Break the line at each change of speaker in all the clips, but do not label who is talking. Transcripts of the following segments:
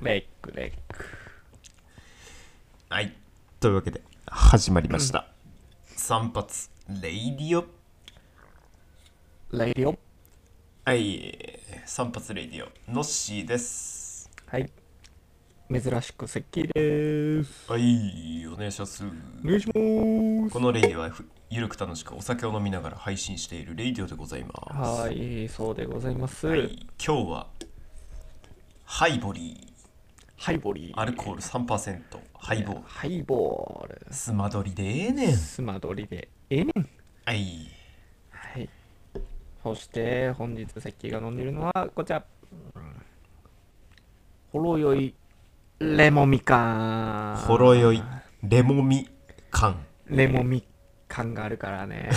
レックレック
はい。というわけで、始まりました。散髪、レイディオ。
レイディオ
はい。散髪レイディオ、のっしーです。
はい珍しく石器です
はい、お願いします。
お願いします
このレイディオは、ふゆるく楽しくお酒を飲みながら配信しているレイディオでございます。
は。ーいそうでございます、
はい、今日は、ハイボリ
ハイボリ
ー、アルコール3%、ハイボール、
ハイボール
スマドリでええねん。
スマドリでええねん
はい。
はいそして本日石器が飲んでいるのはこちらうんほろ酔いレモンみかん
ほろ酔い、レモミ、缶。
レモンみかんがあるから ね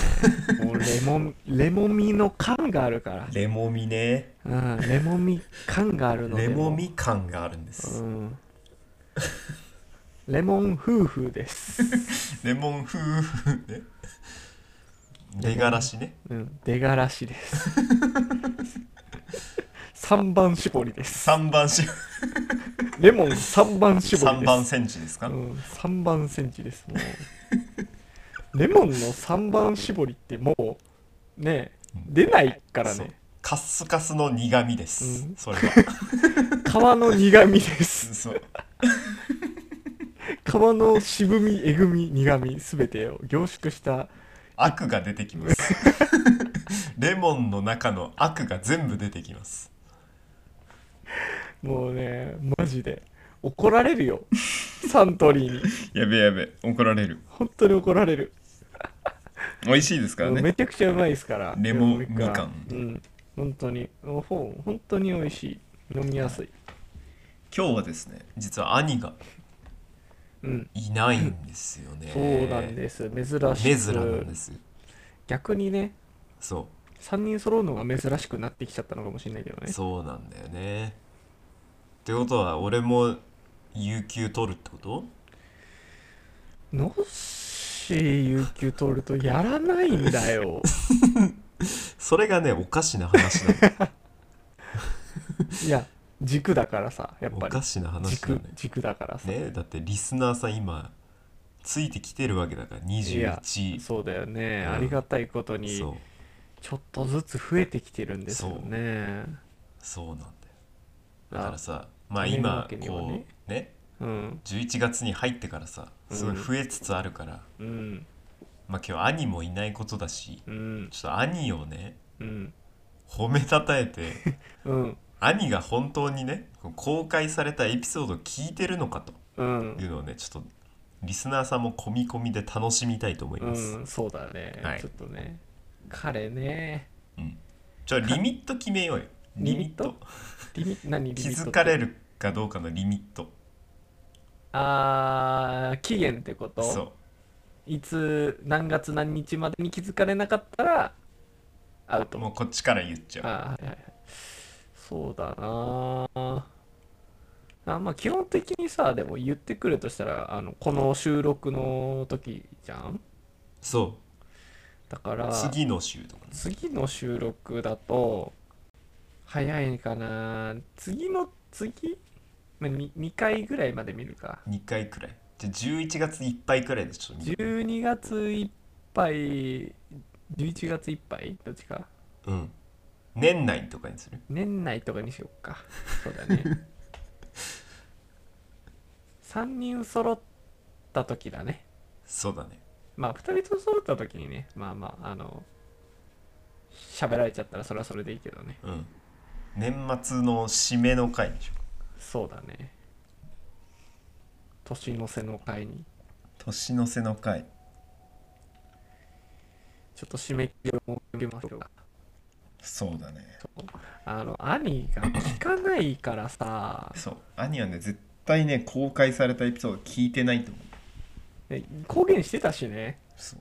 もうレモンレモンみの感があるから
レモミね。
うん、レモミ感があるので
レモ
も
ミ感があるんです。
うん、レモン夫婦です、
レモン風 ね。出がらしね。
うん、出がらしです 三番絞りです
三番し、
レモン三番絞
三
りです
番センチですか、
うん、三番センチですもうレモンの三番絞りってもうね出ないから
そう
ね
カッスカスの苦味です。
うん
それ は。
皮の苦みです
そう。
皮の渋みえぐみ苦みすべてを凝縮した
悪が出てきます。 レモンの中の悪が全部出てきます。
もうね、マジで。怒られるよ。サントリーに。
やべやべ、怒られる。
本当に怒られる。
美味しいですか
も
ら
うめ
ね。
ちゃくちゃうまいですから。
レモン
レ
みかん
うん。本当に。もうほん本当に美味しい。飲みやすい。
今日はですね、実は兄が
うん。
いないんですよね。
そうなんです。珍
メ
し
ズラなん
く
で。す。
逆にね、
そ
3人揃うのが珍しくなってきちゃったのかもしれないけど
う。
ね。
そうなんだよね。ってことは、俺も有給取るってこと
のっしー有給取るとやらないん だよ。
それがねおかしな話 なの
いや、軸だからさ、やっぱ
おか
り。
しな話なの
軸
よ、
軸だからさ。
ねだってリスナーさん今ついてきてるわけだから
いや
21
そうだよね。
うん
ありがたいことに。
そう
ちょっとずつ増えてきてるんですよね。
そうなんだよ
あ
だからさまあ
止める
今
わけには
こ
ね
うね
うん。
11月に入ってからさすごい増えつつあるから、
うん。
まあ今日兄もいないことだし
うん。
ちょっと兄をね
うん。
褒めたたえ て
うん。
兄が本当にねこう公開されたエピソードを聞いてるのかと
うん
い。うのをねちょっとリスナーさんも込み込みで楽しみたいと思います。
うん。そうだね、
はい
ちょっとね。彼ね。
うんちょリミット決めようよリ
リミ
ミ
ッ
ッ
ト
ト
リミ何リ
気
ミットって
づかれるかどうかのリミット
あー、期限ってこと
そう
いつ、何月何日までに気づかれなかったら、アウト。
もうこっちから言っちゃ
あーはいはいはい。そうだなああまあ基本的にさでも言ってくるとしたらあのこの収録の時じゃん
うそ
だから
う次の週とかね
次の収録だと早いかな次の次、まあ、2, 回ぐらいまで見るか
2回くらいじゃあ11月いっぱいくらいでちょっと見る
12月いっぱい11月いっぱいどっちか
うん年内とかにする
年内とかにしよっかそうだね3人揃った時だね
そうだね
まあ2人と揃った時にねまあまああの喋られちゃったらそれはそれでいいけどね
うん年末の締めの回でしょ
そうだね年の瀬の会に
年の瀬の回
ちょっと締め切りを設けましょうか
そうだね
あの兄が聞かないからさ
そう兄はね絶対ね公開されたエピソード聞いてないと思う
ね公言してたしね
そう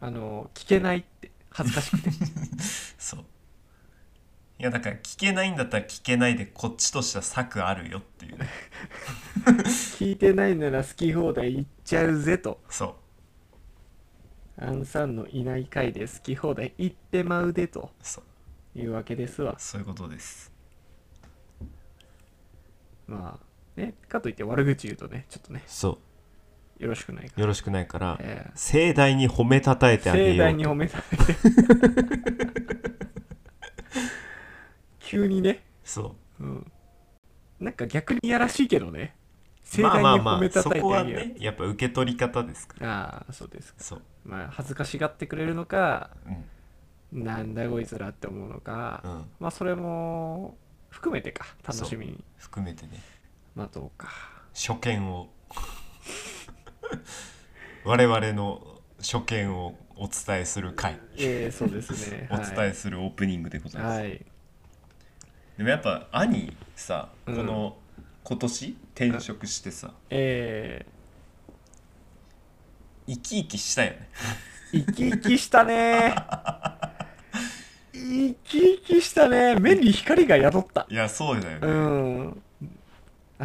あの聞けないって恥ずかしくて
そういやだから聞けないんだったら聞けないでこっちとしては策あるよっていうね
聞いてないなら好き放題言っちゃうぜと
そう
アンさんのいない回で好き放題言ってまうでと
そう
いうわけですわ
そういうことです
まあねかといって悪口言うとねちょっとね
そ
よろしくないか
う
ら
よろしくないから、
ええ
盛大に褒めたたえてあげ
盛
よ
大
う
に
と
褒めたい急にね、
そ
うん、なんか逆にいやらしいけどね
う
盛
まあ
大に
まあ
褒
ま
め
あ
た
そ
たえ
こ
てあ
は
げよう、
ねやっぱ受け取り方ですから
ああそうですか
そう、
まあ恥ずかしがってくれるのか
うん
なんだこいつらって思うのか、
うん、
まあそれも含めてか楽しみに
含めてね
待とうか
初見を 我々の初見をお伝えする回
ええそうで すね
お伝えするオープニングでございます、
はい、はい、
でもやっぱ兄さこ
うん
の今年転職してさ
え
生き生きしたよね
え生き生きしたね生き生きしたね目に光が宿った
いやそうだよ
う
ね
んあー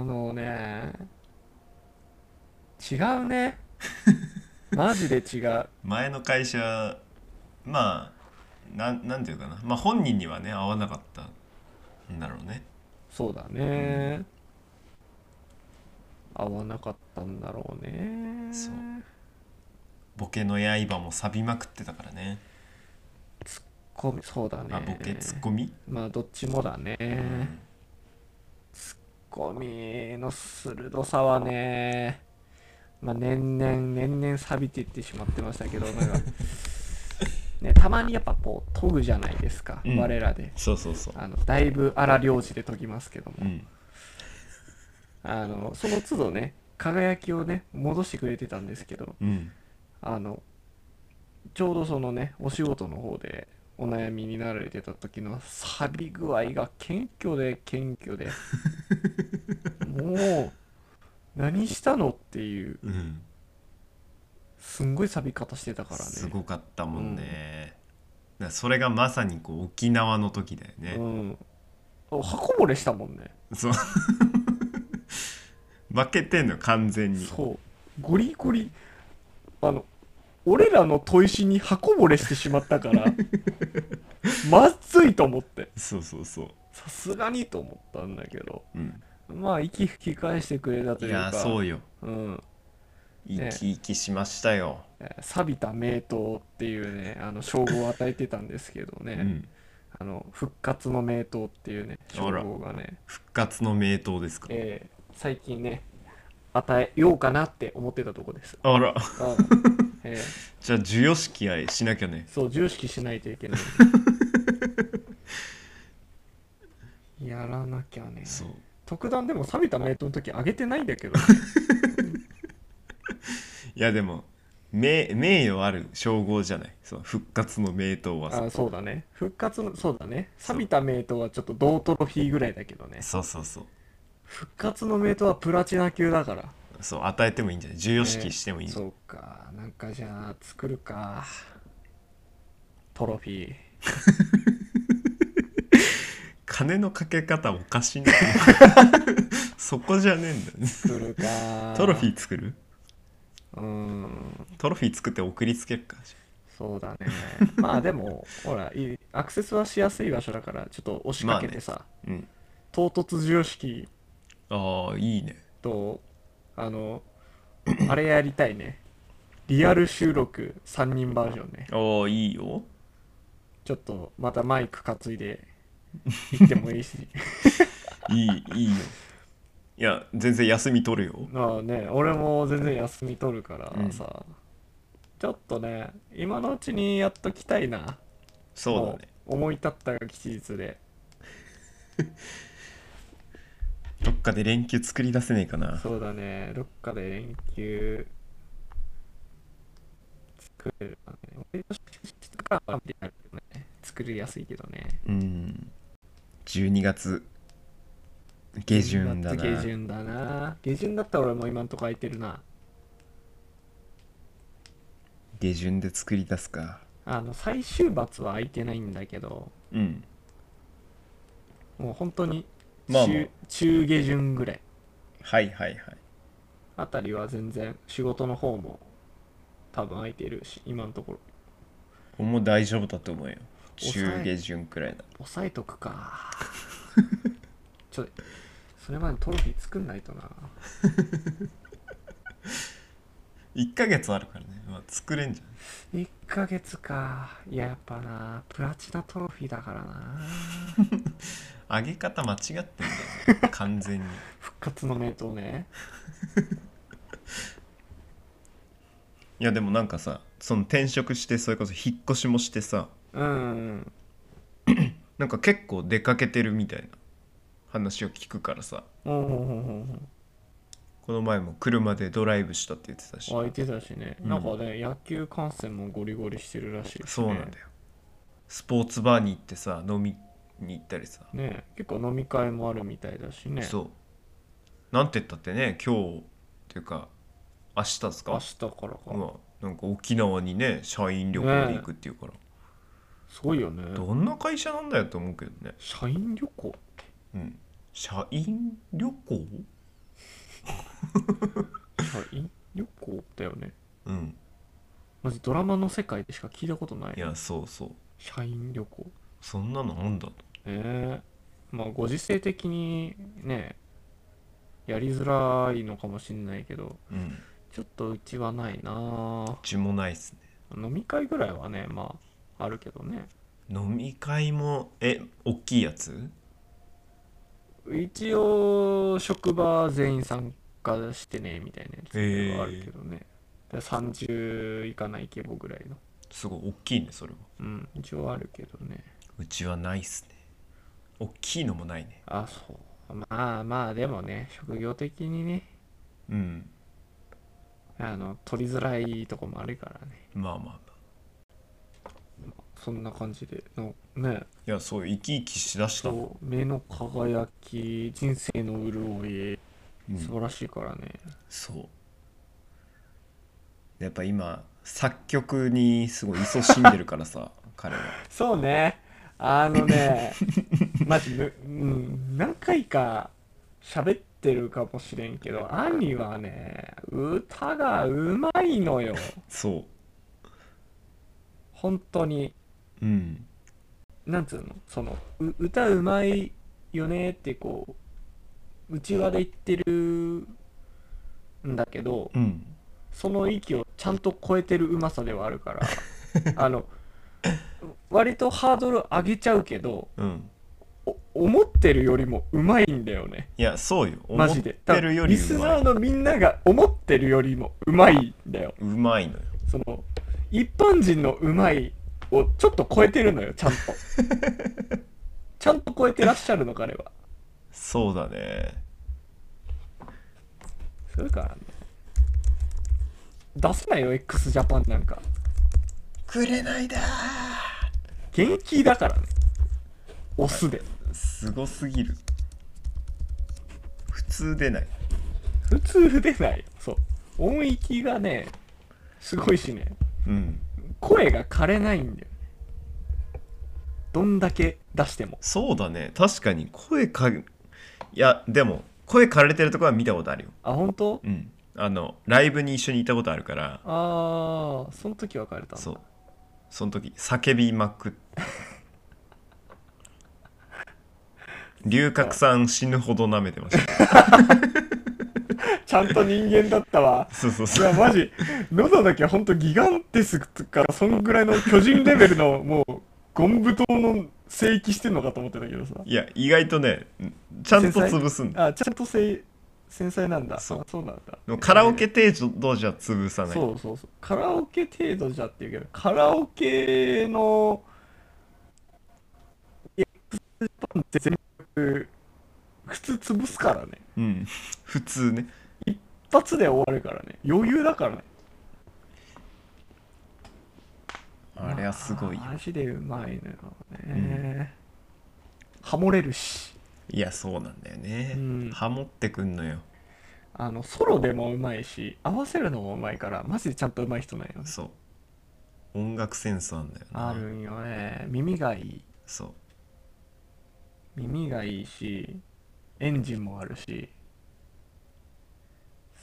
あのね違うねマジで違う
前の会社まあなんなんていうかなまあ本人にはね合わなかったんだろうね
そうだね、合わなかったんだろうね
そうボケの刃も錆びまくってたからね
こそうだね
あボケツッコミ、
まあどっちもだね、
うん
ゴミの鋭さはね、まあ、年々年々錆びていってしまってましたけどなん か、ね、たまにやっぱこう研ぐじゃないですか、
うん
我らで
そうそうそう
あのだいぶ荒領事で研ぎますけども
うん
あのその都度ね輝きをね戻してくれてたんですけど
うん
あのちょうどそのねお仕事の方でお悩みになられてた時の錆び具合が謙虚で謙虚 でもう何したのっていう
うん
すんごい錆び方してたからね
すごかったもんね、だからそれがまさにこう沖縄の時だよね、
うん、箱漏れしたもんね
そう 負けてんの完全に
そうゴリゴリあの俺らの砥石に箱漏れしてしまったから まずいと思って
そうそうそう
さすがにと思ったんだけど
うん、
まあ息吹き返してくれたと
い
いうか
やそうよ
うん、
生き生きしましたよ、
えー錆びた名刀っていうねあの称号を与えてたんですけどね、
うん、
あの復活の名刀っていうね称
あら
号がね、
復活の名刀ですか
えー最近ね与えようかなって思ってたとこです、
あら
うんえー
じゃあ授与式合いしなきゃね
そう重視しないといけない やらなきゃね
そう
特段でも錆びた名刀の時あげてないんだけど
いやでも名名誉ある称号じゃないそう復活の名刀はさ
あそうだね復活のそうだね錆びた名刀はちょっと同トロフィーぐらいだけどね
そうそうそう
復活の名刀はプラチナ級だから
そう与えてもいいんじゃない授与式してもいいんじゃ
そ
ないう
かなんかじゃあ作るかトロフィー
金のかけ方おかしい なそこじゃねえんだよね
作る か
トロフィ
ー
ー作る
うーん
トロフィー作って送りつけるかじゃ
そうだねまあでもほらいいアクセスはしやすい場所だからちょっと押しかけてさ、
あうん
唐突授与式
ああいいね
とあのあれやりたいねリアル収録3人バージョンね
ああいいよ
ちょっとまたマイク担いで行ってもい いし
いいいいよいや全然休み取るよ
まあね俺も全然休み取るから
うん
さ、ちょっとね今のうちにやっときたいな
そうだ
も
ね
う思い立ったが吉日で
どっかで連休作り出せねえかな
そうだねどっかで連休作れるかね俺の質感は見てあるけどね作りやすいけどね
うん12月下旬だな
下旬だな下旬だったら俺も今んとこ空いてるな
下旬で作り出すか
あの最終罰は空いてないんだけど
うん
もう本当に中,、
まあまあ
中下旬ぐらい
はいはいはい
あたりは全然仕事の方も多分空いてるし今のところ
これも大丈夫だと思うよ
抑え
中下旬くらいだ
抑えとくかちょっとそれまでトロフィー作んないとな
1ヶ月あるからね、まあ、作れんじゃん
1ヶ月かいややっぱなプラチナトロフィーだからな
上げ方間違ってんだよ ね完全に
復活の名刀ね
いやでもなんかさその転職してそれこそ引っ越しもしてさ
うん
なんか結構出かけてるみたいな話を聞くからさ
うんうんうんうんうん
この前も車でドライブしたって言ってたし
あいてたしね、
うん
なんかね野球観戦もゴリゴリしてるらしいしね、
そうなんだよスポーツバーに行ってさ飲みに行ったりさ、
ね結構飲み会もあるみたいだしね
そうなんて言ったってね今日っていうか明日です
明
か
日からか、
まあなんか沖縄にね社員旅行で行くっていうから、
すごいよね
どんな会社なんだよと思うけどね
社員旅行
うん社員旅行
社員旅行だよね
うん
マジドラマの世界でしか聞いたことない
いやそうそう
社員旅行
そんなのあんだと
ええまあご時世的にねやりづらいのかもしんないけど
うん
ちょっとうちはないな
うちもないっすね
飲み会ぐらいはねまああるけどね
飲み会もえ大きいやつ
一応職場全員参加してねみたいなやつはあるけどね、で30いかない規模ぐらいの
すごい大きいねそれは
うん一応あるけどね
うちはないっすね大きいのもないね
あそうまあまあでもね職業的にね
うん
あの取りづらいとこもあるからね
まあまあまあ
そんな感じでのね
いやそう生き生きしだした、うん、
そう目の輝き人生の潤い素晴らしいからね、
そうやっぱ今作曲にすごい勤しんでるからさ 彼は
そうねあの ねマジむ、うん、何回か喋ってるかもしれんけど兄はね歌がうまいのよ
そ
本当に
ううん
なんつうのそのう歌うまいよねってこう内輪で言ってるんだけど
うん
その域をちゃんと超えてるうまさではあるから あの割とハードル上げちゃうけど
うん
お思ってるよりもうまいんだよね
いやそうよ思
マ
っ
ジで
てるよりう
多分リス
ま
ナ
い
ーのみんなが思ってるよりもうまいんだよ
うまいのよ
その一般人のうまいをちょっと超えてるの よちゃんとちゃんと超えてらっしゃるの彼は
そうだね
それからね出せないよ x ジャパンなんか
くれないだ
元気だからねオスで、
すごすぎる普通出ない
普通出ないそう音域がねすごいしね
うん
声が枯れないんだよねどんだけ出しても
そうだね確かに声かいやでも声枯れてるとこは見たことあるよ
あ本当
うんあのライブに一緒にいたことあるから
ああその時別れたんだ
そうその時叫びまくっ 龍角散死ぬほど舐めてました
ちゃんと人間だったわ
そうそう
い
そ
や
う
マジ喉だけほんとギガンテスクからそんぐらいの巨人レベルのもうゴンブ島の聖域してんのかと思ってたけどさ
いや意外とねちゃんと潰すんだ
あちゃんとせ繊細なんだ
そう
あそうなんだ
でもカラオケ程度じゃ潰さない
そうそうそうカラオケ程度じゃっていうけどカラオケの x ジャパンって全部普通潰すからね
うん普通ね
一発で終わるからね余裕だからね
あれはすごいよ
マジでうまいのよね、ハモれるし
いやそうなんだよね、
うん
ハモってくんのよ
あのソロでもうまいし合わせるのもうまいからマジでちゃんとうまい人なんよね
そう音楽センスあんだよな
あるんよね耳がいい
そう
耳がいいしエンジンもあるし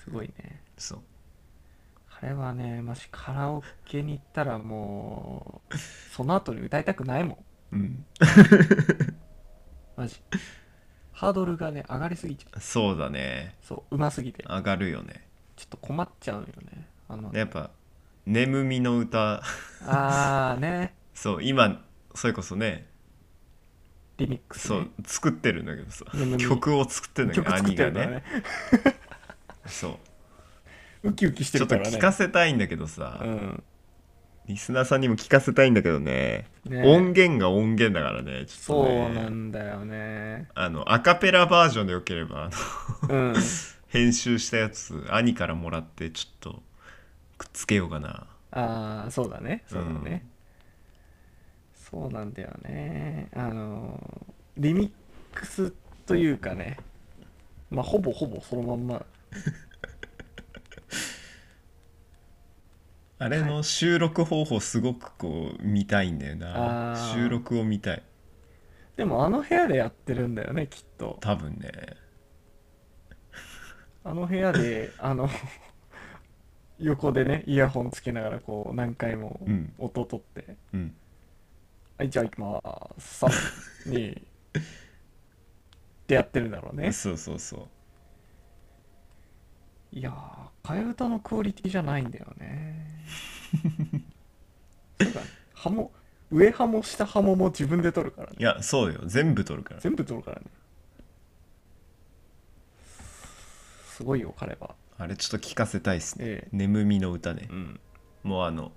すごいね
そう
彼はねもしカラオケに行ったらもうその後に歌いたくないも
う
ん
ん
マジハードルがね上がりすぎちゃう
そうだね
そううますぎて
上がるよね
ちょっと困っちゃうよねあの
でやっぱ「眠みの歌
ああね」
そう今それこそね
リミックス、
そ
ね、
う作ってるんだけどさ
眠み
曲を作ってるんだけ
曲
ど
作っ
兄
て
が
るからね
ねそう
ウキウキして
ちょっ
る
と
からね
聞かせたいんだけどさ、
うん
リスナーさんにも聞かせたいんだけどね
ね
音源が音源だからねちょ
そ
っと
う
ね
なんだよね
あのアカペラバージョンでよければあの
うん
編集したやつ兄からもらってちょっとくっつけようかな
ああそうだねそうだね、そうなんだよねあのーリミックスというかねまあほぼほぼそのまんま
あれの収録方法すごくこう見たいんだよな、
あー
収録を見たい
でもあの部屋でやってるんだよねきっと
多分ね
あの部屋であの 横でねイヤホンつけながらこう何回も
うん
音を取って、
うん
はいじゃあ行きまーす321ってやってるんだろうね
そうそうそう
いやー替え歌のクオリティじゃないんだよねそうだねハモ上ハモ下ハモも自分で取るからね
いやそうよ全部撮るから
全部取るからねすごいよ彼は
あれちょっと聞かせたいっすね
え
「眠みの歌ね」
えうん
もうあの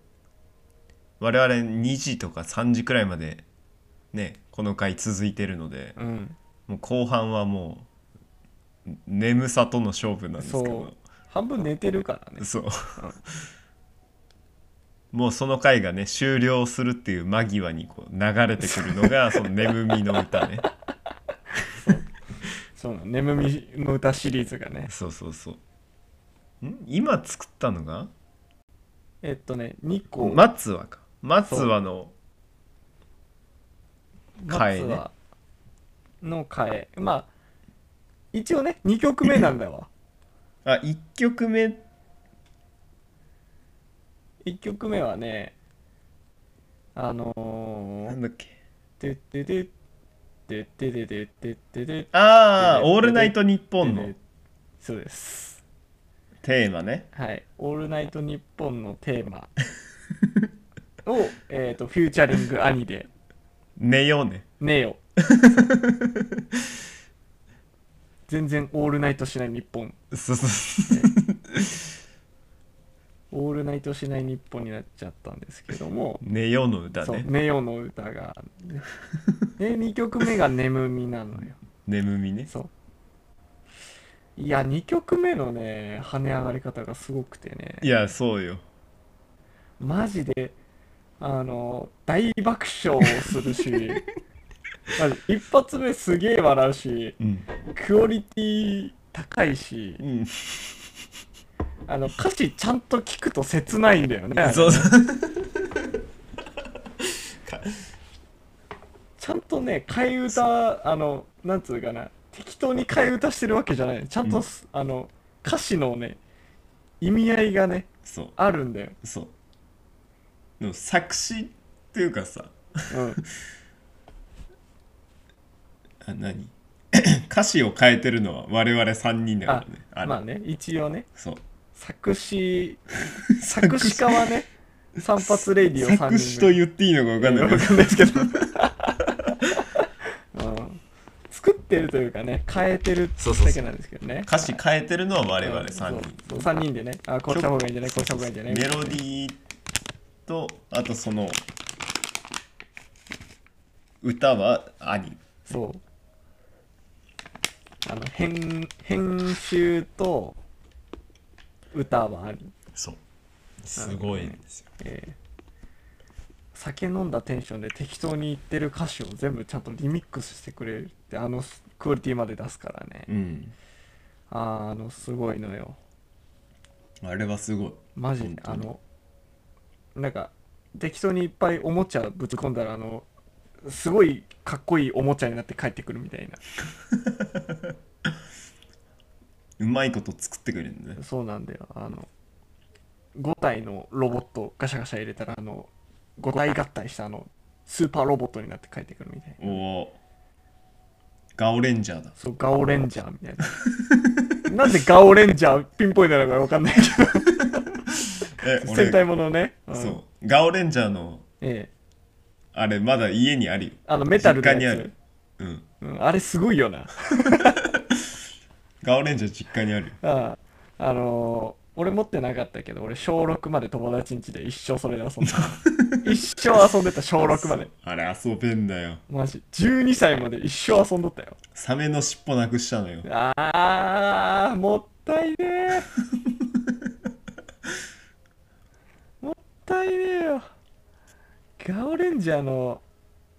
我々2時とか3時くらいまでねこの回続いてるので
うん
もう後半はもう眠さとの勝負なんですけ
そ
ど
う半分寝てるからね
そうもうその回がね終了するっていう間際にこう流れてくるの がその「眠みの歌ね」
そうなの眠みの歌シリーズがね
そうそうそうん今作ったのが
えっとね2個
松和か松和の替えね
松はの替えまあ一応ね2曲目なん だわ
あ1曲目
1曲目はねあの
なんだっけ
「てっててててててててて
ああ「オールナイトニッポン」の」
そうです
テーマね
はい「オールナイトニッポン」のテ ーマをえーとフューチャリング兄で
寝ようね
「ね えよ」全然オールナイトしない日本
そうそう
オールナイトしない日本になっちゃったんですけども
寝ようの歌
そう
ね
「ネオの 歌があるんでで2曲目が「眠み」なのよ
眠みね
そういや2曲目のね跳ね上がり方がすごくて
い
ね
やそうよ
マジであの大爆笑をする しマジ一発目すげえ笑うし
うん、
クオリティ高いし
うん、
あの歌詞ちゃんと聞くと切ないんだよねあれ
そうそう
ちゃんとね替え歌あのなんつうかな適当に替え歌してるわけじゃないちゃんとす、あの歌詞のね意味合いがね
そう
あるんだよ、
そうでも作詞っていうかさ
うん、
あ何 歌詞を変えてるのは我々3人だからね あれ
まあね一応ね
そう
作詞
作
作詞家はね散髪レディを3人
作詞と
う
言っていいのか分かんない
わかんないですけど、うん、作ってるというかね変えてる
そうそうそう
だけなんですけどね
歌詞
はい
変えてるのは我々
うん
3人
そうそう3人でねあこうした方がいいんじゃないこうした方がいいんじゃない
メロディーとあとその歌は兄
そうあの編編集と歌はある
そう
すごいんです
よ
えー酒飲んだテンションで適当に言ってる歌詞を全部ちゃんとリミックスしてくれるってあのクオリティまで出すからね
うん
あーあのすごいのよ
あれはすごい
マジ
本
で
当
あ
に
のなんか適当にいっぱいおもちゃぶち込んだらあのすごいかっこいいおもちゃになって帰ってくるみたいな
うまいこと作ってくれるんだね
そうなんだよあの5体のロボットをガシャガシャ入れたらあの5体合体したあのスーパーロボットになって帰ってくるみたいな
おおガオレンジャーだ
そう、ガオレンジャーみたい な。なんでガオレンジャーピンポイントなのかわかんないけ
え
ど、
俺
戦隊ものね。うん
そうガオレンジャーの
ええ。
あれまだ家にあるよ
あの、メタルの
実家にあ
やつ
る。うん
うん、あれすごいよな。
ガオレンジャー実家にあるよ
あああのー俺持ってなかったけど、俺小6まで友達ん家で一生それで遊んで た。一生遊んでた、小6まで。
あれ遊べんだよ
マジ。12歳まで一生遊んどったよ。
サメの尻尾なくしたのよ
あー、もったいね え。もったいねえよ。ガオレンジャーの、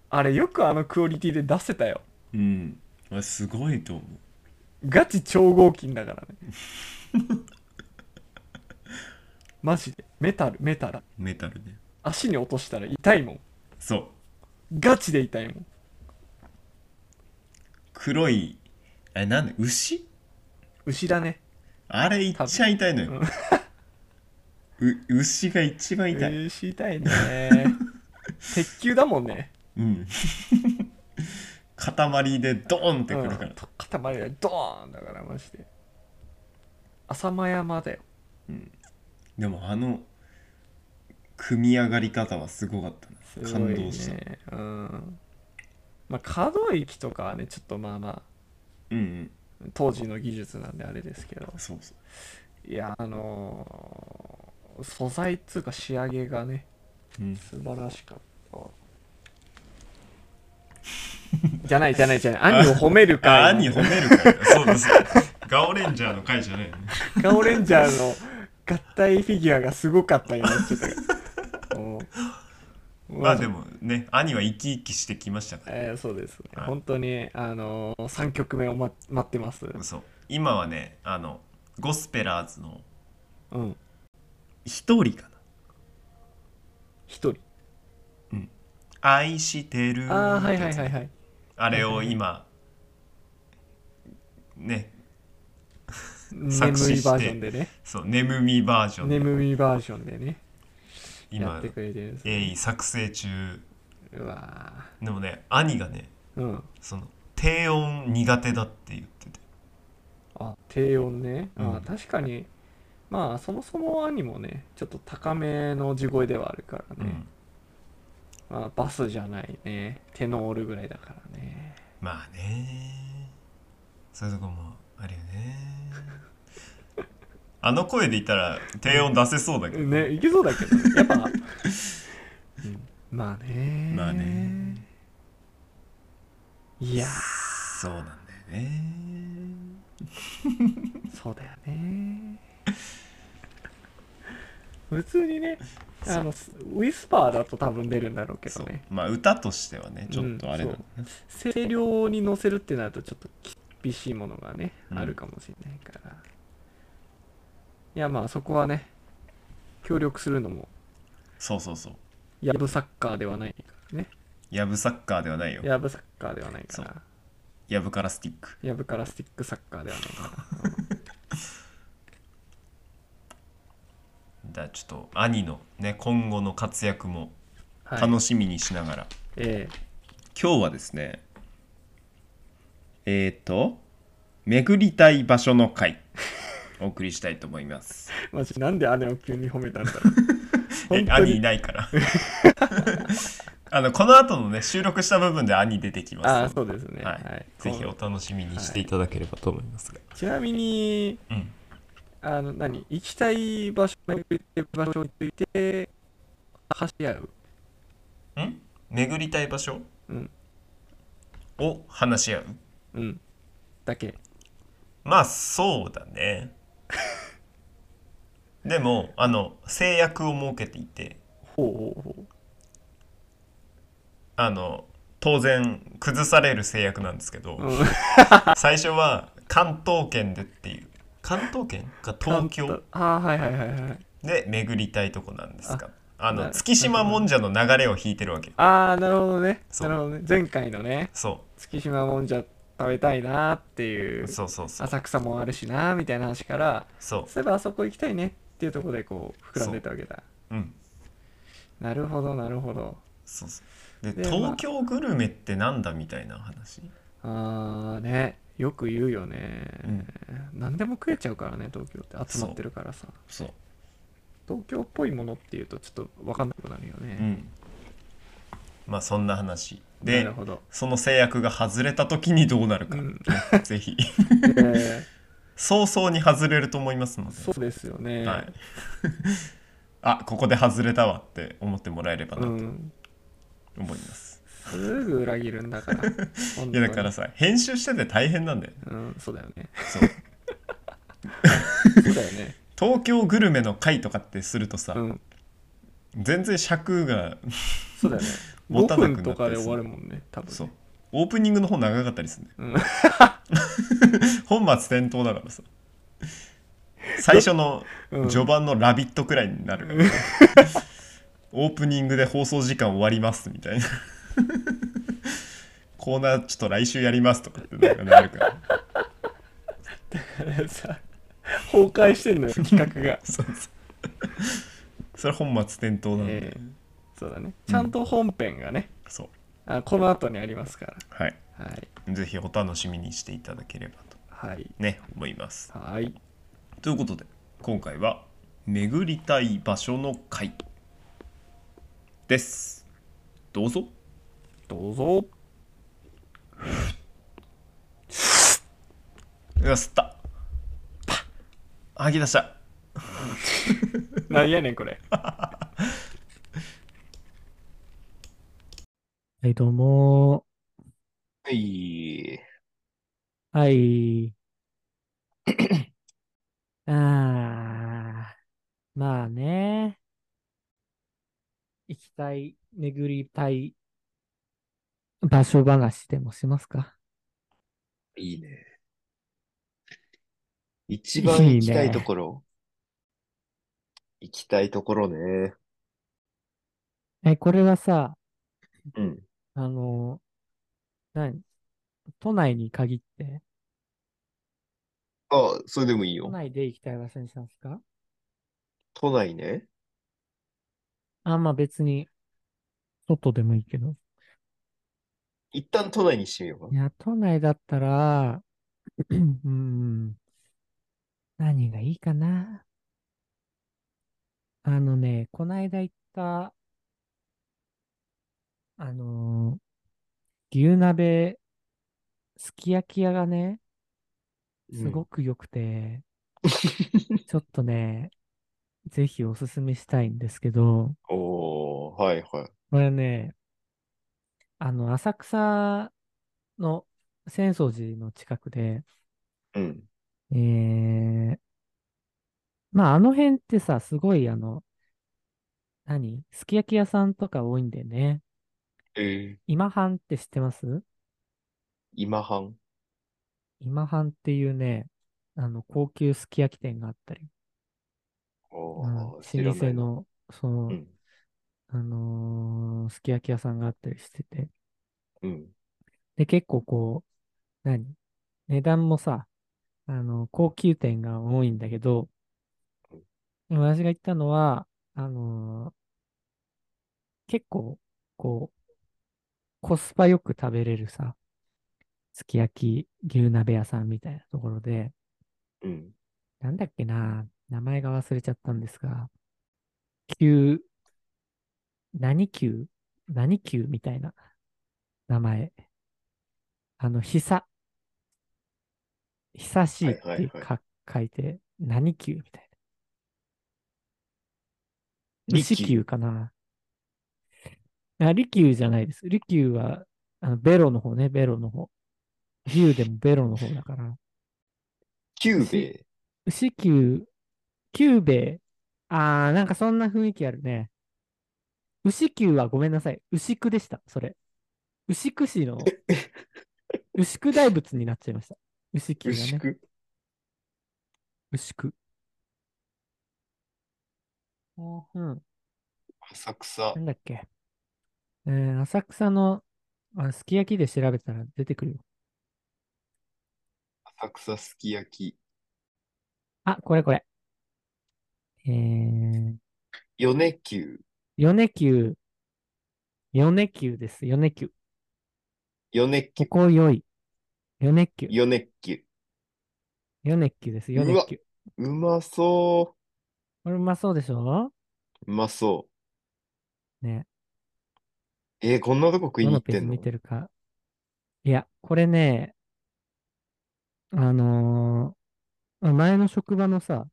あれよくあのクオリティで出せたよ。
うんあれすごいと思う
ガチ超合金だからね。 マジで。メタル、メタル。
メタルね
足に落としたら痛いもん
そう
ガチで痛いもん
黒いあれなんで牛
牛だね
あれいっちゃ痛いのよ、う牛が一番痛い、
牛痛いね 鉄球だもんね、
うん。 塊でドーンって
う
く
ん
るから。、
塊がドーンだからマジで浅間山だよ
でもあの、組み上がり方はすごかった
す
な。
ご
感
いね
動した。
うんまあ可動域とかはねちょっとまあま
うんうん。
あ当時の技術なんであれですけど
そうそう。
いやあのー素材っつうか仕上げがね
うん、
素晴らしかった。じゃないじゃないじゃない。兄を褒める
あ、
か。
兄褒めるから。そうです。ガオレンジャーの回じゃないよね。
ガオレンジャーの合体フィギュアがすごかったよ。ちょ っと。もう
まあで。もね、兄は生き生きしてきましたから。
えーそうですね。
はい
本当に、あのー、3曲目を、ま、待ってます。
そう。今はね、あの、ゴスペラーズの
うん。
一人かな。
一人。
愛してる。
ああ、はいはいはいはい。
あれを今、ね、
眠
作詞
い
して
バージョンでね。
そう、眠みバージョンで
眠いバージョンでね。やっ
今
てくれてるんです。
鋭意作成中
うわ
でもね兄がね
ーうん。
その低音苦手だって言ってて
あ低音ね、あ
うん
あ確かにまあそもそも兄もねちょっと高めの地声ではあるから
う
ね
ん、
まあ、バスじゃないねテノールぐらいだからね
まあねそういうとこもあるよ ねあの声で言ったら低音出せそうだけど、
ねいけそうだけど、ね、 やっぱ、うんまあね
まあね
いや
そうなんだよね
ーそうだよね普通にねあのウィスパーだと多分出るんだろうけ
そ
ど
う
ね
まあ歌としてはねちょっとあれだ、ね
声量に乗せるってなるとちょっと厳しいものがね、
うん
あるかもしれないからいやまあそこはね協力するのも
そうそうそう
ヤブサッカーではないからね
やぶサッカーではないよ
ヤブサッカーではないか
そ
ら
やぶからスティック
ヤブからスティックサッカーではないから
だからちょっと兄のね今後の活躍も
はい
楽しみにしながら、
え
今日はですねえー、と巡りたい場所の 会お送りしたいと思います
えマジなんで姉を急に褒めたんだろう
え
本当
兄い
に
ないから あのこの後のね収録した部分で兄出てきます
ああそうですね、
はいぜひお
こ
楽しみにしていただければと思いますが、
うちなみに
うん
あの何行きたい場所巡りたい場所について話し合うん
巡りたい場所
うん
を話し合う
うんだけ
まあそうだね でもあの制約を設けていて
ほうほうほう
あの当然崩される制約なんですけど、
うん
最初は関東圏でっていう関東圏か東京
ああはいはいはいはい
で巡りたいとこなんですがあ
な
の
る
月島もんじゃの流れを引いてるわけ
ああなるほどね
そ
な
う
るほどね前回のね
そ
月島もんじゃ食べたいなーっていう
うそうそうそう
浅草もあるしなーみたいな話から
そ
そういえばあそこ行きたいねっていうところでこう膨らんでたわけだ
ううん
なるほどなるほど
そうそうで
でまあ
東京グルメってなんだみたいな話
あーねよく言うよね、
うん
何でも食えちゃうからね東京って集まってるからさ
そう
東京っぽいものっていうとちょっと分かんなくなるよ
う
ね、
んまあそんな話
な
で
るほど
その制約が外れた時にどうなるか、
うん
ぜひ
で
早々に外れると思いますので
そうですよね、
はい あここで外れたわって思ってもらえればな
う
と
ん
思います、
すぐ裏切るん だから本当
い
に
やだからさ編集してて大変なんだよね
うんそうだよね
そう
そうだよ ね
東京グルメの会とかってするとさ、
うん
全然尺が
そうだよね
持た
5
なくな
分
ったりする
とかで終わるもんね多分ね
そうオープニングの方長かったりするね
うん
本末転倒だからさ最初の
うん
序盤の「ラビット!」くらいになるから、 オープニングで放送時間終わりますみたいな コーナーちょっと来週やりますとかってなんかなるから
あれさ 崩壊してんのよ企画 が
そうそうそれ本末転倒なんで、
えそうだねちゃんと本編がね、
そう
あこの後にありますか
はい
らはい
ぜひお楽しみにしていただければと
はい
ね思います
はい
ということで今回は「巡りたい場所の会」ですどうぞ
どうぞ
うわ吸ったパッ吐き出した
なんやねんこれ
はい、どうも。
はい。
はい。 ああ、まあね。行きたい、巡りたい場所話でもしますか。
いいね。一番行きたいところ行きたいところね。
え、これはさ、
うん。
あの、何都内に限って、
あ、それでもいいよ
都。内で行きたい場所にしますか
都内ね。
あ、まあ別に、外でもいいけど。
一旦都内にしてみよう
い
か。
や、都内だったら、 うん、何がいいかな。あのね、こないだ行った、あのー牛鍋、すき焼き屋がね、すごく良くて、ちょっとね、ぜひおすすめしたいんですけど、
おー、はいはい。
これね、あの、浅草の浅草寺の近くで、
うん。
えー、まあ、あの辺ってさ、すごい、あの、何すき焼き屋さんとか多いんだよね。
えー、
今半って知ってます
今半。
今半っていうね、あの、高級すき焼き店があったり、
お
う
ー
ん、
知ら
老舗
ないな。
の、その、
うん。
あのーすき焼き屋さんがあったりしてて、
うん。
で、結構こう、何値段もさ、あの、高級店が多いんだけど、私が行ったのは、あのー結構、こう、コスパよく食べれるさ、すき焼き牛鍋屋さんみたいなところで、
うん。
なんだっけな、名前が忘れちゃったんですが、旧、何旧何旧みたいな名前。あの、久、久しいって
はいはいはい
か書いて、何旧みたいな。
利
牛
休
旧かな。あ、利休じゃないです。利休は、あのベロの方ね、ベロの方。牛でもベロの方だから。
久兵衛。
牛久、久兵衛。あー、なんかそんな雰囲気あるね。牛久はごめんなさい。牛久でした、それ。牛久市の、牛久大仏になっちゃいました。牛久が
牛
ね。
久。
牛久。うん。
浅草
な。んだっけ。えー浅草の、あ、すき焼きで調べたら出てくるよ。
浅草すき焼き。
あ、これこれ。えー、
米久。
米久、米久です、米久。
米
こ
久。
こ良い。ヨネッキュ。
ヨネッキ
ヨネッキュです、ヨネッキュ。
ュ。うまそ
これうまそうでしょ
う。うまそう。
ね。
えーこんなとこ食い
ど
に行
の
っ
ペー
て
ジ
んの
見てるか。いや、これね、あのー前の職場のさ、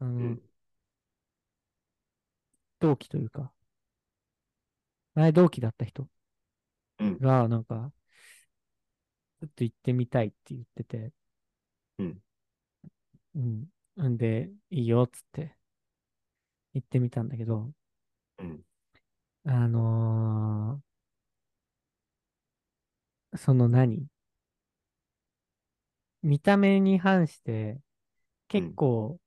あの、
うん
同期というか、前同期だった人
うん
が、なんか、ちょっと行ってみたいって言ってて、
うん。
うん。んで、いいよっつって、行ってみたんだけど、
うん
あのーその何見た目に反して、結構、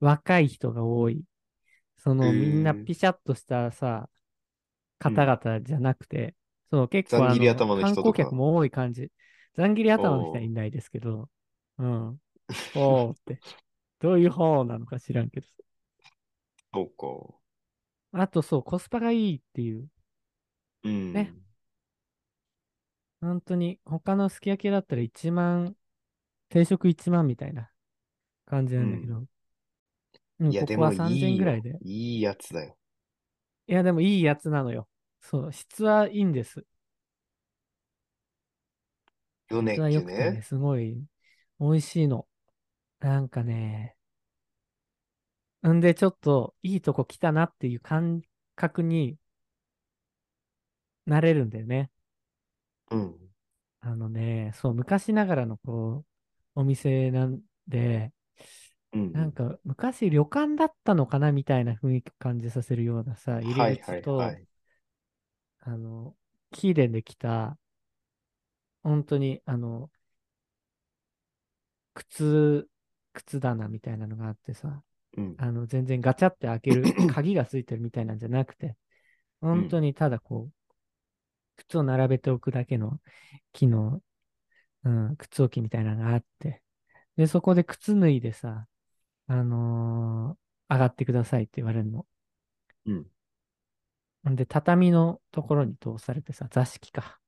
若い人が多い。その、
へー
みんなピシャッとしたさ、
うん
方々じゃなくて、そう、結構
ざん
あ
ぎり頭
の、
の
観
人とか
光客も多い感じ。ざんぎり頭の人はいないですけど、うん。おーって。どういう方なのか知らんけど。
そう
あとそう、コスパがいいっていう。
か。うん。
ね本当に、他のすき焼き屋だったら1万、定食1万みたいな感じなんだけど。うん、
いや、
こ
で
こは
もい
3000
い
円ぐら
よ
いで。。
いいやつだよ。
いや、でもいいやつなのよ。そう、質はいいんです。
ヨネ
質は良
ッ
く
キ
てね、
ね。
すごい美味しいの。なんかね、んで、ちょっといいとこ来たなっていう感覚になれるんだよね。
うん。
あのね、そう、昔ながらのこう、お店なんで、
うん。
なんか昔旅館だったのかなみたいな雰囲気を感じさせるようなさ、入
は
り
いは
口
い
と、
はい。
あの、貴殿で来た、本当に、あの、靴、靴棚みたいなのがあってさ、
うん。
あの、全然ガチャって開ける鍵がついてるみたいなんじゃなくて、本当にただこう、靴を並べておくだけの木の、うん、靴置きみたいなのがあって、で、そこで靴脱いでさ、あのー上がってくださいって言われるの。
うん。
んで、畳のところに通されてさ、座敷か。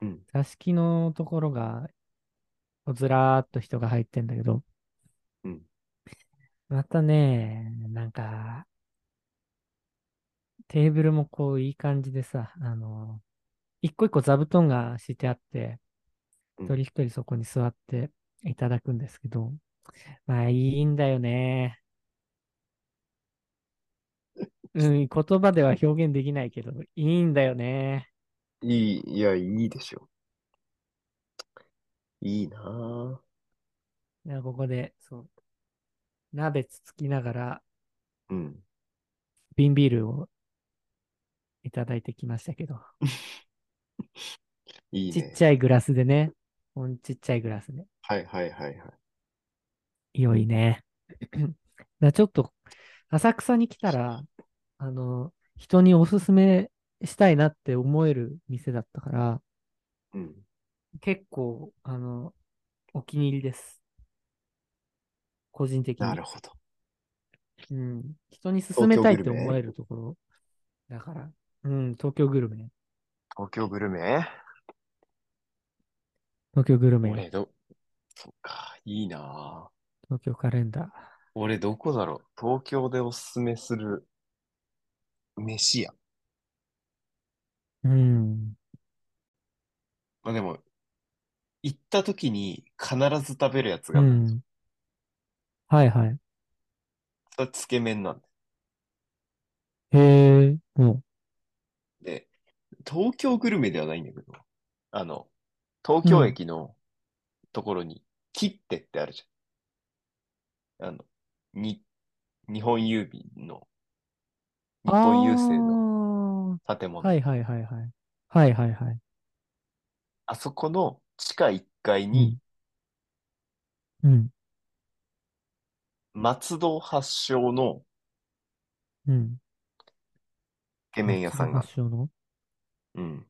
うん
座敷のところが、こうずらーっと人が入ってんだけど、
うん
またね、なんか、テーブルもこういい感じでさ、あの、一個一個座布団が敷いてあって、
うん
一人一人そこに座っていただくんですけど、まあいいんだよね。うん、言葉では表現できないけど、いいんだよね。
いい、いや、いいでしょ。いいなぁ。
だからここで、そう、鍋つつきながら、
うん。
瓶ビールをいただいてきましたけど、
いい
ちっ
ね。
ちゃいグラスでね、ほんちっちゃいグラスで、
はいはいはいはい。
良いね。 だからちょっと、浅草に来たら、あの、人におすすめしたいなって思える店だったから、
うん。
結構、あの、お気に入りです。個人的に。
なるほど。
うん。人に勧めたいって
東京グルメ
思えるところ。だから。うん、東京グルメ。
東京グルメ
東京グルメ。
俺ど、そっか、いいなぁ。
東京カレンダー。
俺どこだろう東京でおすすめする飯屋。
うん。
まあでも、行った時に必ず食べるやつ
う
が、
ん。はいはい。
それはつけ麺なん
へえ、も
で、東京グルメではないんだけど、あの、東京駅のところに、切手ってあるじゃん。あの、に、日本郵便の、
う。
日本郵政の
の。
建物。
はいはいはいはい。はいはいはい。
あそこの地下1階に、
うん。
松戸発祥の
うん。
つけ麺屋さんが
松。戸発祥の。
うん。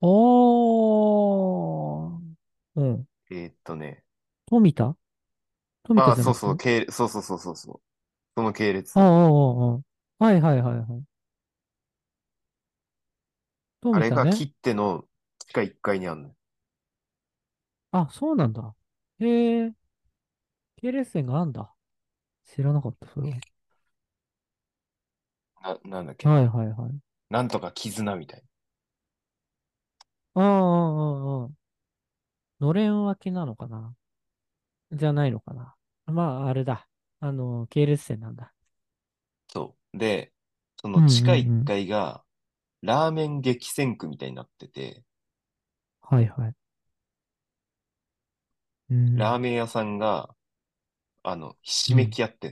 おー。うん。
えーっとね。
富田富田
あ、
じゃ
そ
な
う
くて
そう、系列、そうそうそうそうそう。その系列。
ああ、ああ、ああ。はいはいはいはい。
あ
富
れ
田
が
ね。
切手の地下1階にあるの。
あ、そうなんだ。へえ。系列店があんだ。知らなかった、それは。
な、なんだっけ、
はいはいはい。
なんとか絆みたい
ああ、ああ、ああ。のれん分けなのかなじゃないのかなまあ、あれだ。あの、系列店なんだ。
な。そう。で、そ
うんうん
の
うん
地下1階が、ラーメン激戦区みたいになってて、
はいはい。うん。
ラーメン屋さんが、あの、ひしめき合って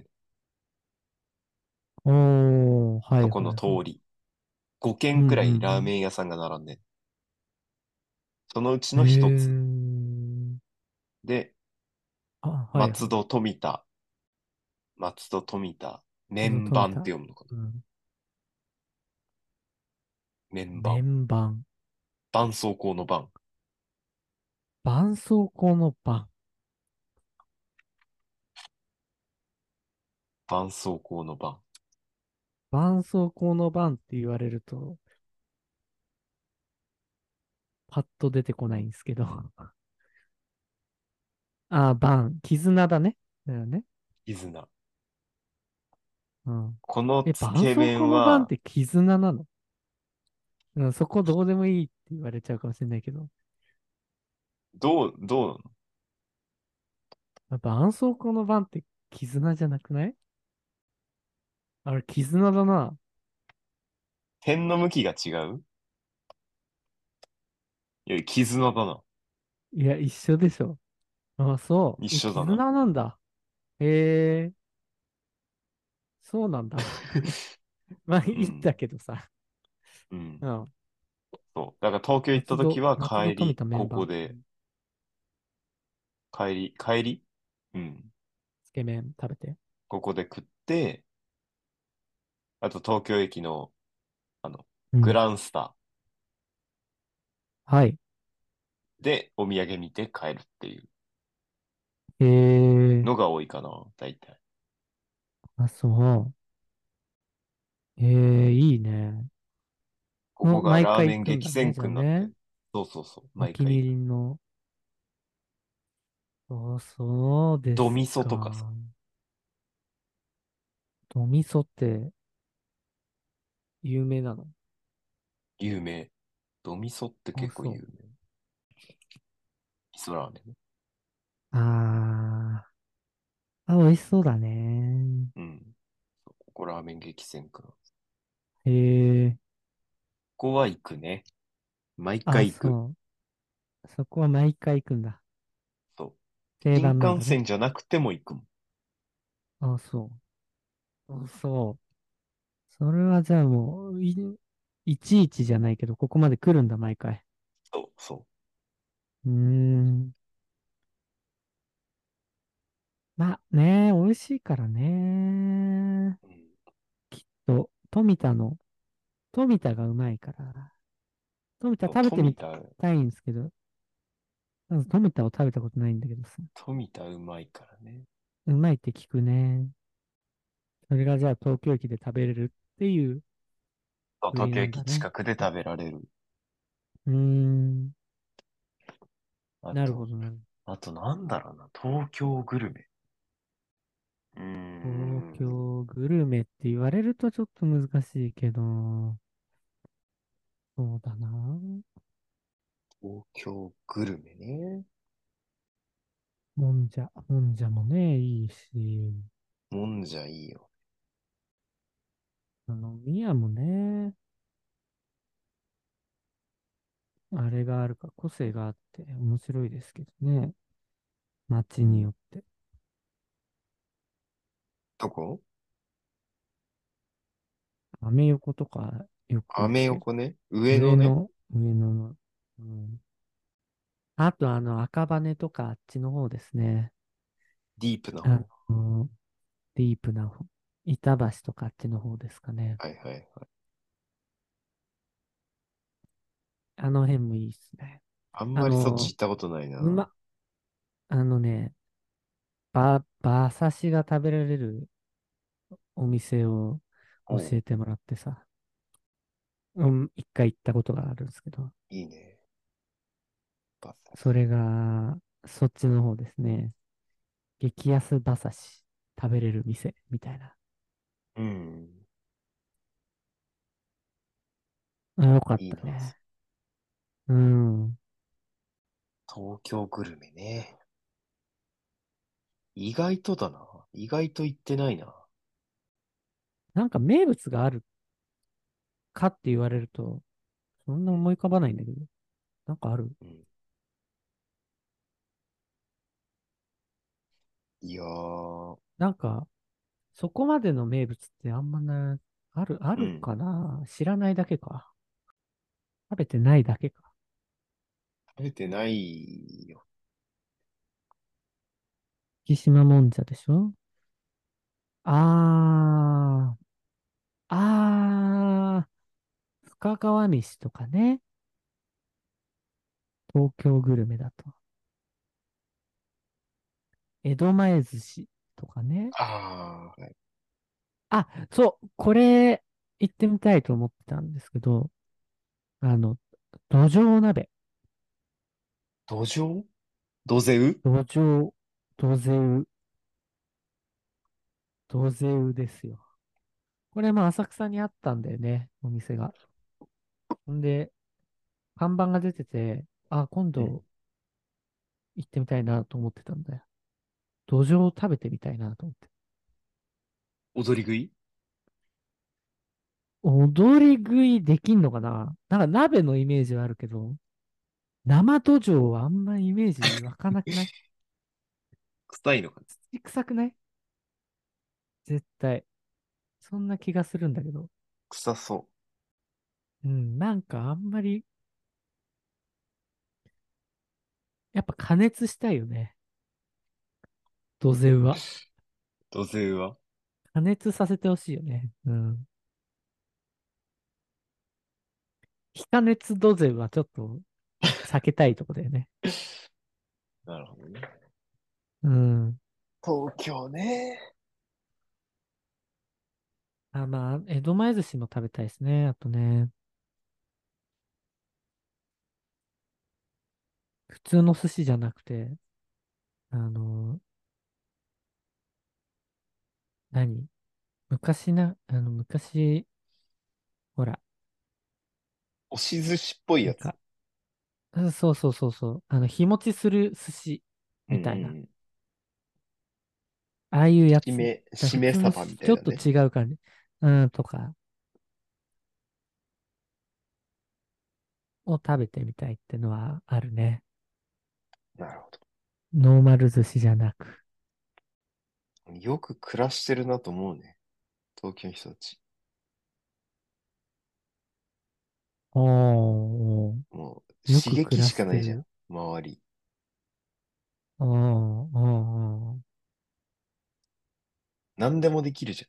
んの
おー、はい
そこの
はい
通
はい
り。5軒くら
うんうんう
い
ん
ラーメン屋さんが並んでんそのうちの一
へ
つ
ー
で、
あ、はいはい。
松戸富田、松戸富田、麺
富田
番って読むのかな
うん
麺番。
面板。
絆創膏の番。
絆創膏の板。
絆創膏の番。
絆創膏の板って言われると、パッと出てこないんですけど。 あ、板。絆だね。だよね。
絆。
うん。
この
え、
つ
絆創
け
膏
麺
の板っ
は、
て絆なのうん、そこどうでもいいって言われちゃうかもしれないけど。
どう、どうなの
絆創膏の番って絆じゃなくないあれ、絆だな。
点の向きが違ういや、絆だな。
いや、一緒でしょ。あ、そう。
一緒だな
え絆なんだ。へえ。そう なんだ。まあ、いいんだけどさ。
うん
う。ん。
そう。だから東京行った時は
松戸松戸
帰
富
り、
田メンバー
ここで、帰り、帰りうん。
つけ麺食べて。
ここで食って、あと東京駅の
うん
グランスタ
はい。
ーでお土産見て帰るっていう
へえ。
のが多いかな、大体。
あ、そう。へえ、いいね。
ここが
毎
ラー
回
メン激戦区にな
行くんだ
って
ね
る。そうそうそう、
お
毎
気に入
回。
りの。そう、そうです
ドミソとかさ
ドミソって、有名なの
有名。ドミソって結構
あそう
有名。味噌ラーメンね。
あー。あ、美味しそうだね。
うん。そうここラーメン激戦区なんです。
へえ。
ここは行くね。毎
あ、
回行く。
そう。そこは毎回行くんだ。
そう。
定
新
番なんだね。
幹線じゃなくても行くもん。
あ、そう。あ、そう。それはじゃあもう、い、いちいちじゃないけど、ここまで来るんだ、毎回。
そうそう
ーん。まあね、美味しいからね。
う。うん、
きっと、富田の、富田がうまいから。富田食べてみ
そう富
たいんですけど、まず富田を食べたことないんだけどさ。
田、富田うまいからね。
うまいって聞くね。それがじゃあ東京駅で食べれるっていう。
そう
売りな
東京
んだね
駅近くで食べられる。
うーん。
あと
なるほどな。
あとなんだろうな、東京グルメ。うーん。
東京グルメって言われるとちょっと難しいけど、そうだな。
東京グルメね。
もんじゃ、もんじゃもね、いいし、
もんじゃいいよ。
あの、宮もね、あれがあるか、個性があって面白いですけどね。街によって。
どこ
アメ横とかよく行くけど。
アメ横ね。上
上
野ね。
の、上野の。うん。あと、あの、赤羽とかあっちの方ですね。
ディープな方。
あの、ディープな方。板橋とかあっちの方ですかね。
はいはいはい。
あの辺もいいですね。
あんまり
あのー
そっち行ったことないな。
うまっ。あのね、ば、馬刺しが食べられるお店を
お
教
う
えてもらってさ。うん、一回行ったことがあるんですけど、
いいね。バス
それが、そっちの方ですね。激安馬刺し食べれる店みたいな。
うん。
あよかっ
いい
た
な
ね。うん。
東京グルメね。意外とだな。意外と行ってないな。
なんか名物があるかって言われると、そんな思い浮かばないんだけど。なんかある
いやー、
なんか、そこまでの名物ってあんまな、ある、あ
うん
るかな、知らないだけか。食べてないだけか。
食べてないよ。
月島もんじゃでしょあー。あー。深川飯とかね。東京グルメだと。江戸前寿司とかね。
あー、はい。
あ、そう、これ、行ってみたいと思ってたんですけど、あの、土壌鍋、
土壌土ゼウ
土壌、土壌、土壌ですよ。これ、まあ、浅草にあったんだよね、お店が。ほんで、看板が出てて、あ、今
うん
度、行ってみたいなと思ってたんだよ。土壌を食べてみたいなと思って。
踊り食い
踊り食いできんのかななんか鍋のイメージはあるけど、生土壌はあんまイメージ湧かなくない
臭いのかな
土臭くない絶対。そんな気がするんだけど。
臭そ
うん、なんかあんまり、やっぱ加熱したいよね。土壌は。
う。土ゼウは
加熱させてほしいよね。うん。非加熱土壌はちょっと避けたいとこだよね。
なるほどね。
うん。
東京ね。
あ、まあ、江戸前寿司も食べたいですね。あとね。普通の寿司じゃなくて、あの、何昔な、あの、昔、ほら、
押し寿司っぽい
な
や
ん
つ。
か、うんそうそうそうそう、あの、日持ちする寿司みたいな、
うんうんうん。
ああいうやつ。
しめ、
だから
しめ
普通
鯖
の
みたいな、ね。
ちょっと違う感じ。うん、とか。を食べてみたいってのはあるね。
なるほ
ノーマル寿司じゃなく。
ど。よく暮らしてるなと思うね。東京の人たち。
おーお
もう、
ーよ
刺
く暮
激
ら
し
して
かないじゃ
る
ん。。周り。
おーおーおー
何でもできるじ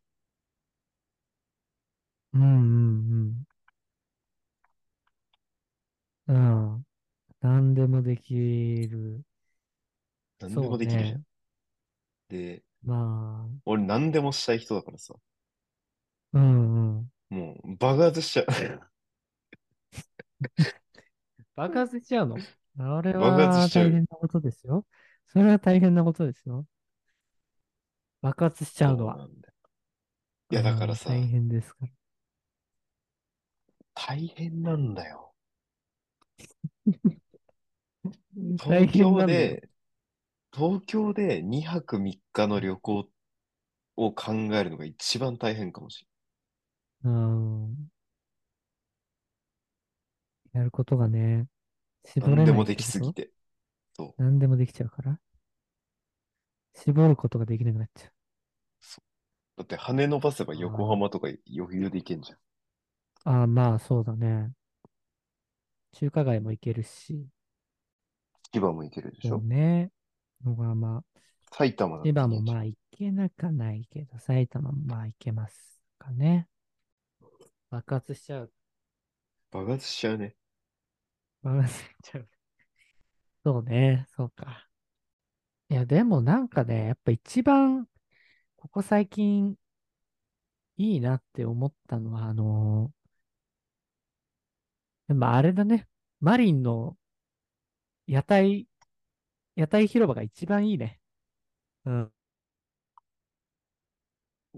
うんうんうん。うん。何でもできる。
ゃん。何でもできるじゃん。
そうね
で、
ま
俺何でもしたい人だからさ。
あ、うんうん。
もう、爆発しちゃう。
爆発しちゃうのあれ
爆発
は
しちゃう
大変なことですよ。それは大変なことですよ。爆発しちゃうの
そ
は。
なんだよいや、だからさ
あ、ー大変ですから。
大変なんだよ。
大
東
変
京
なんだよ。
で、東京で2泊3日の旅行を考えるのが一番大変かもし
うん。やることがね、
れ
絞
ない。
れ
何で
ない
も
って
できすぎ
こと。
て。そう。
何でもできちゃうから。絞ることができなくなっちゃう。
だって羽伸ばせば横浜とか余裕で行けんじゃん。
ああ、まあそうだね。中華街も行けるし。
千葉も行けるでし
そう
ょ。
ね。小浜。
埼玉だって
千葉
行け
も
んじゃん
まあ行けなかないけど、埼玉もまあ行けますかね。爆発しちゃう。
爆発しちゃうね。
爆発しちゃう。そうね、そうか。いや、でもなんかね、やっぱ一番、ここ最近、いいなって思ったのは、あのー、でもあれだね、マリンの屋台屋台広場が一番いいね。うん。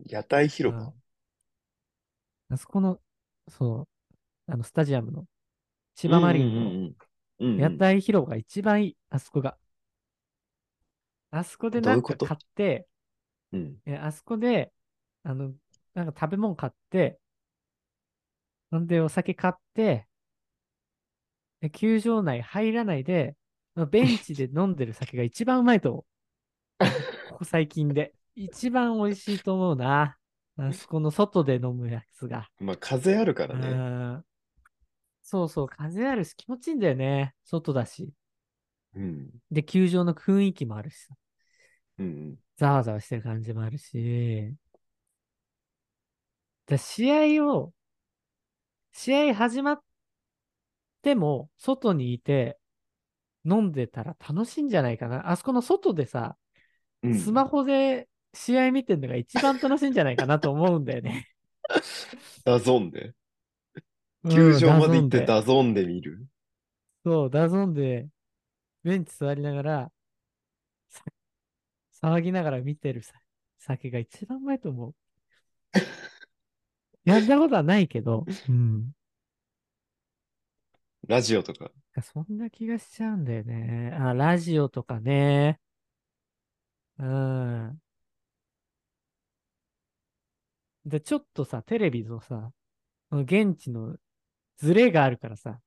屋台広場。
うんあそこの、そう、あの、スタジアムの、千葉マリンの、
うんうんうんうんうん
屋台広場が一番いい、あそこが。あそこで
ど
ない
ううんこ
か
と
買って、
うん。
えあそこで、あの、なんか食べ物買って、ほんでお酒買って、で球場内入らないで、ベンチで飲んでる酒が一番うまいと思う。ここ最近で。一番美味しいと思うな。あそこの外で飲むやつが。
まあ、風あるから
う
ね。
んそうそう、風あるし気持ちいいんだよね。外だし。
うん。
で、球場の雰囲気もあるしさ。
うん。
ざわざわしてる感じもあるし。だ試合を、試合始まっても、外にいて、飲んでたら楽しいんじゃないかな。あそこの外でさ、
うん
スマホで試合見てんのが一番楽しいんじゃないかなと思うんだよね。
ダゾンで。 球場まで行
う
って
ん
ダゾンで見る。
そう、ダゾーンで、ベンチ座りながら、さ騒ぎながら見てるさ酒が一番うまいと思う。やったことはないけど、うん。
ラジオとか。
そんな気がしちゃうんだよね。あ、ラジオとかね。うん。で、ちょっとさ、テレビのさ、この現地のズレがあるからさ、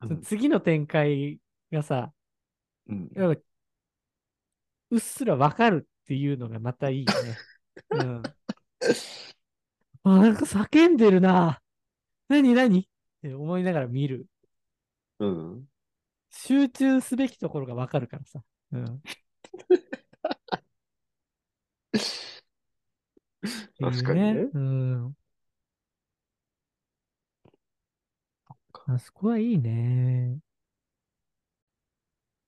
その次の展開がさ、
うん
やっぱうっすらわかるっていうのがまたいいよ ね。うん。あ、なんか叫んでるな。なになにって思いながら見る。
うん。
集中すべきところがわかるからさ。うん。
確かにね
っていううん。あそこはいいね。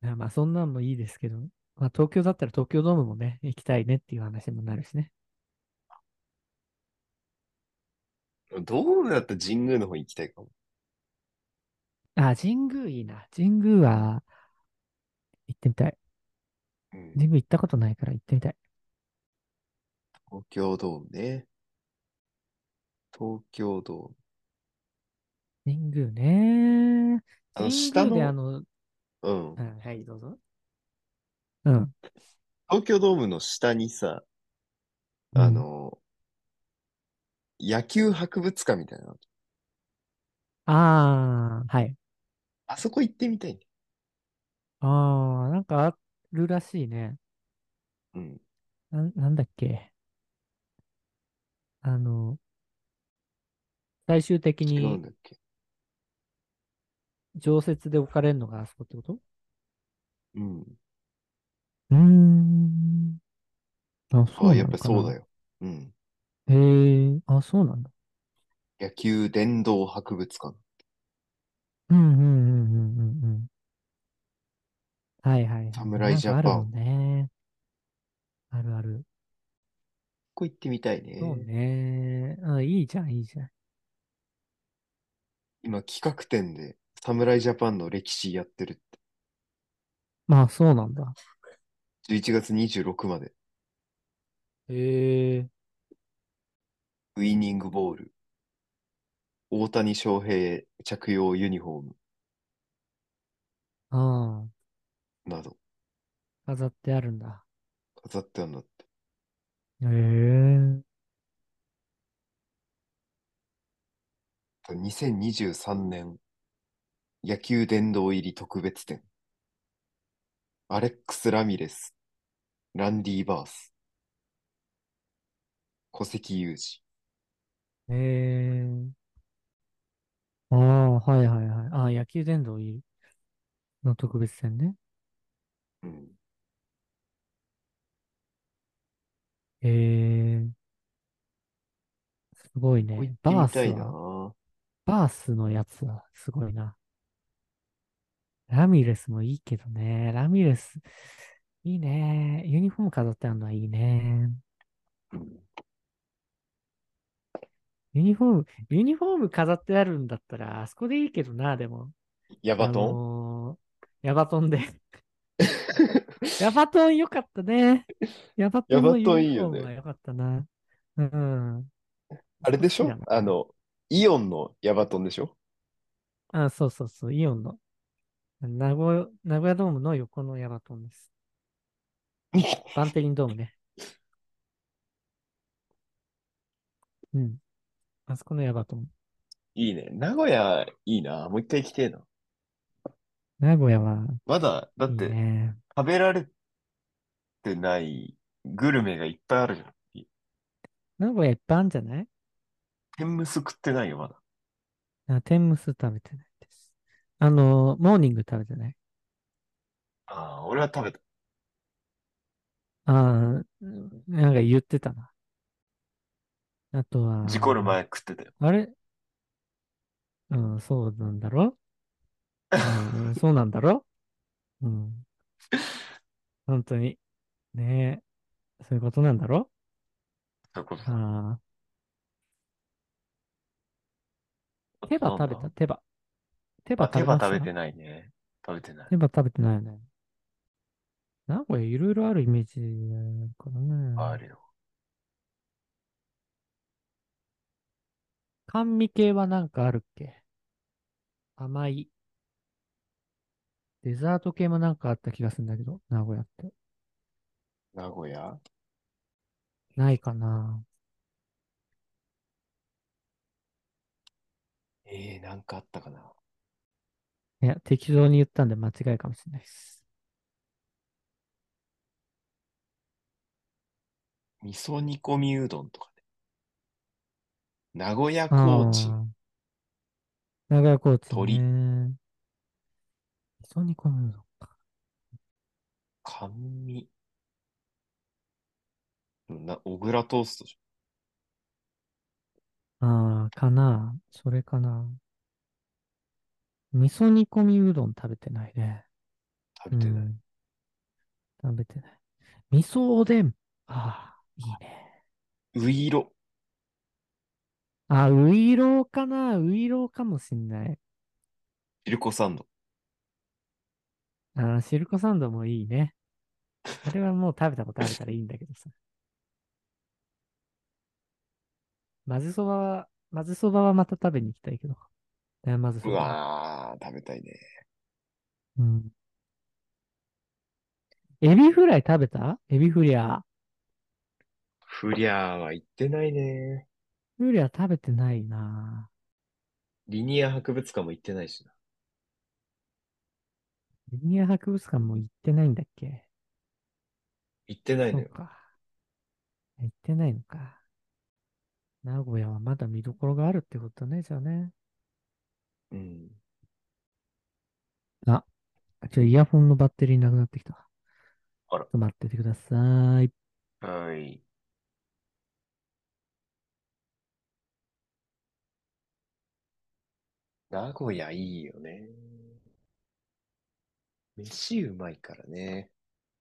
いやまあそんなんもいいですけど、まあ東京だったら東京ドームもね、行きたいねっていう話もなるしね。
ドームだったら神宮の方行きたいかも。
あ、神宮いいな。神宮は行ってみたい。
うん
神宮行ったことないから行ってみたい。
東京ドームね。東京ドーム。
神宮ね。
あの
神
下
宮で
の
あの、
う
う。
ん
んはい、どうぞ。うん。
東京ドームの下にさ、あ、の、野球博物館みたいなの。
ああ、はい。
あそこ行ってみたいね。
ああ、なんかあるらしいね。
うん。
なん、なんだっけ。あの、最終的
違うん
に
だっけ。
常設で置かれるのがあそこってこと
うん。
うーん。あ、そう
あ、
な
やっ
の
ぱ
か
そう
な
だよ。うん。
へえ、あ、そうなんだ。
野球殿堂博物館。
うんうんうんうんうんうん。はいはいはい。
侍
なん
ジ
か
ャ
ある
パン
もんね。あるある。
ここ行ってみたいね。
そうね。あ、いいじゃん、いいじゃん。
今企画展で侍ジャパンの歴史やってるって。
まあ、そうなんだ。
11月26まで。
へえ。
ウイニングボール。大谷翔平着用ユニフォーム
ああ、
など
飾ってあるんだ。
飾ってあるんだって。
へえ。
2023年野球殿堂入り特別展。アレックス・ラミレス、ランディ・バース、戸籍有事。
へえ。ああ、はいはいはい。ああ、野球殿堂いいの特別展ね。
うん。
へえ。すごいね。
ここ行っ
バ
て
ー
み
ス
たい
は、
な。
バースのやつはすごいな。ラミレスもいいけどね。ラミレス、いいね。ユニフォーム飾ってあるのはいいね。
うん
ユニフォーム、ユニフォーム飾ってあるんだったら、あそこでいいけどな、でも。
ヤバ
あ
トン
のーヤバトンで。 ヤバトンよかったね。ヤバトンの
ヤバトン
ユ
いい
ニフォ
よ
ー
ね
ムがよかったな。うん。
あれでし
好
ょ
きだな
あの、イオンのヤバトンでしょ
あ、そうそうそう、イオンの。名古屋、名古屋ドームの横のヤバトンです。バンテリンドームね。うん。あそこのヤバトン。
いいね。名古屋いいな。もう一回行きてえな。
名古屋は、
まだ、だっ
いい
て
ね。
食べられてないグルメがいっぱいあるじゃん。
名古屋いっぱいあるんじゃない
天むす食ってないよ、まだ。
あ、天むす食べてないです。あの、モーニング食べてない。
ああ、俺は食べた。
ああ、なんか言ってたな。あとは、
事故る前食ってたよ。
あれうん、そうなんだろうん、そうなんだろうん。本当に。ねえ。そういうことなんだろ
そういうことだ
ああ。手羽食べた手羽。手
あ
羽
手
食べ
羽
まし
食べ
た
てないね。食べてない。
手羽食べてないよね。名古屋いろいろあるイメージがあるからね。
あるよ。
甘味系はなんかあるっけ甘い。デザート系もなんかあった気がするんだけど、名古屋って。
名古屋
ないかな
ええなんかあったかな。
いや、適当に言ったんで間違いかもしれないです。
味噌煮込みうどんとかね。名古屋
あ
コーチ
あ。名古屋コーチ、ね。
鳥
味噌煮込むのか。
甘味。な、小倉トーストじ
ああ、かなそれかな味噌煮込みうどん食べてないね。
ゃん。食べてない。
うん食べてない。味噌おでん。ああ、いいね。
ういろ。
あ、ういろうかなういろうかもしんない。
シルコサンド。
あ、シルコサンドもいいね。あれはもう食べたことあるからいいんだけどさ。混ぜそばは、混ぜそばはまた食べに行きたいけど。ね混ぜそうば。
わー、食べたいね。
うん。エビフライ食べたエビフリア。
フリャーは行ってないね。
フリア食べてないな
リニア博物館も行ってないしな。
リニア博物館も行ってないんだっけ
行ってない
そ
の
う
よ。
か。行ってないのか。名古屋はまだ見どころがあるってことね、じゃあね。
うん。
じゃあイヤホンのバッテリーなくなってきた。
あら
ちょっと待っててください。
はい。名古屋いいよね。飯うまいからね。